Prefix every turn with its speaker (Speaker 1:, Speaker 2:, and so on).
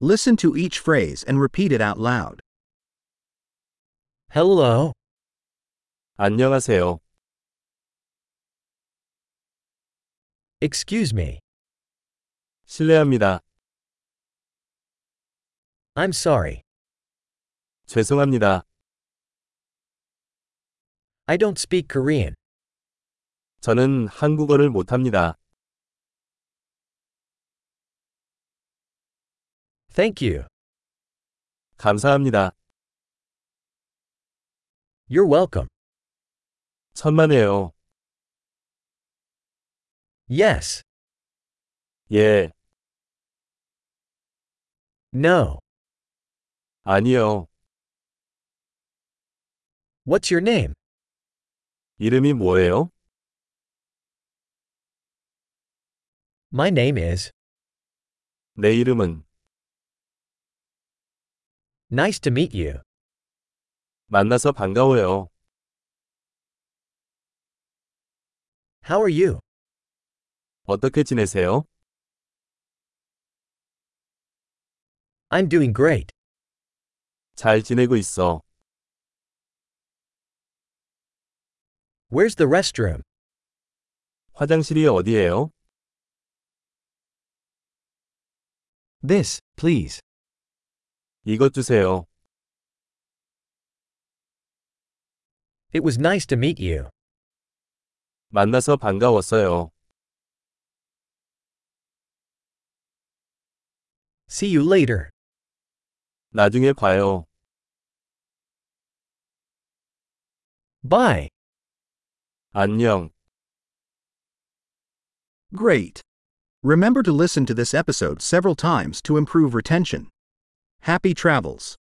Speaker 1: Listen to each phrase and repeat it out loud.
Speaker 2: Hello.
Speaker 3: 안녕하세요.
Speaker 2: Excuse me.
Speaker 3: 실례합니다.
Speaker 2: I'm sorry.
Speaker 3: 죄송합니다.
Speaker 2: I don't speak Korean.
Speaker 3: 저는 한국어를 못합니다.
Speaker 2: Thank you.
Speaker 3: 감사합니다.
Speaker 2: You're welcome.
Speaker 3: 천만에요.
Speaker 2: Yes.
Speaker 3: 예,
Speaker 2: No.
Speaker 3: 아니요.
Speaker 2: What's your name?
Speaker 3: 이름이 뭐예요?
Speaker 2: My name is.
Speaker 3: 내 이름은
Speaker 2: Nice to meet you.
Speaker 3: 만나서 반가워요.
Speaker 2: How are you?
Speaker 3: 어떻게 지내세요?
Speaker 2: I'm doing great.
Speaker 3: 잘 지내고 있어.
Speaker 2: Where's the restroom?
Speaker 3: 화장실이 어디예요?
Speaker 2: This, please.
Speaker 3: 이것 주세요.
Speaker 2: It was nice to meet you.
Speaker 3: 만나서 반가웠어요.
Speaker 2: See you later.
Speaker 3: 나중에 봐요.
Speaker 2: Bye.
Speaker 3: 안녕.
Speaker 1: Great! Remember to listen to this episode several times to improve retention. Happy travels!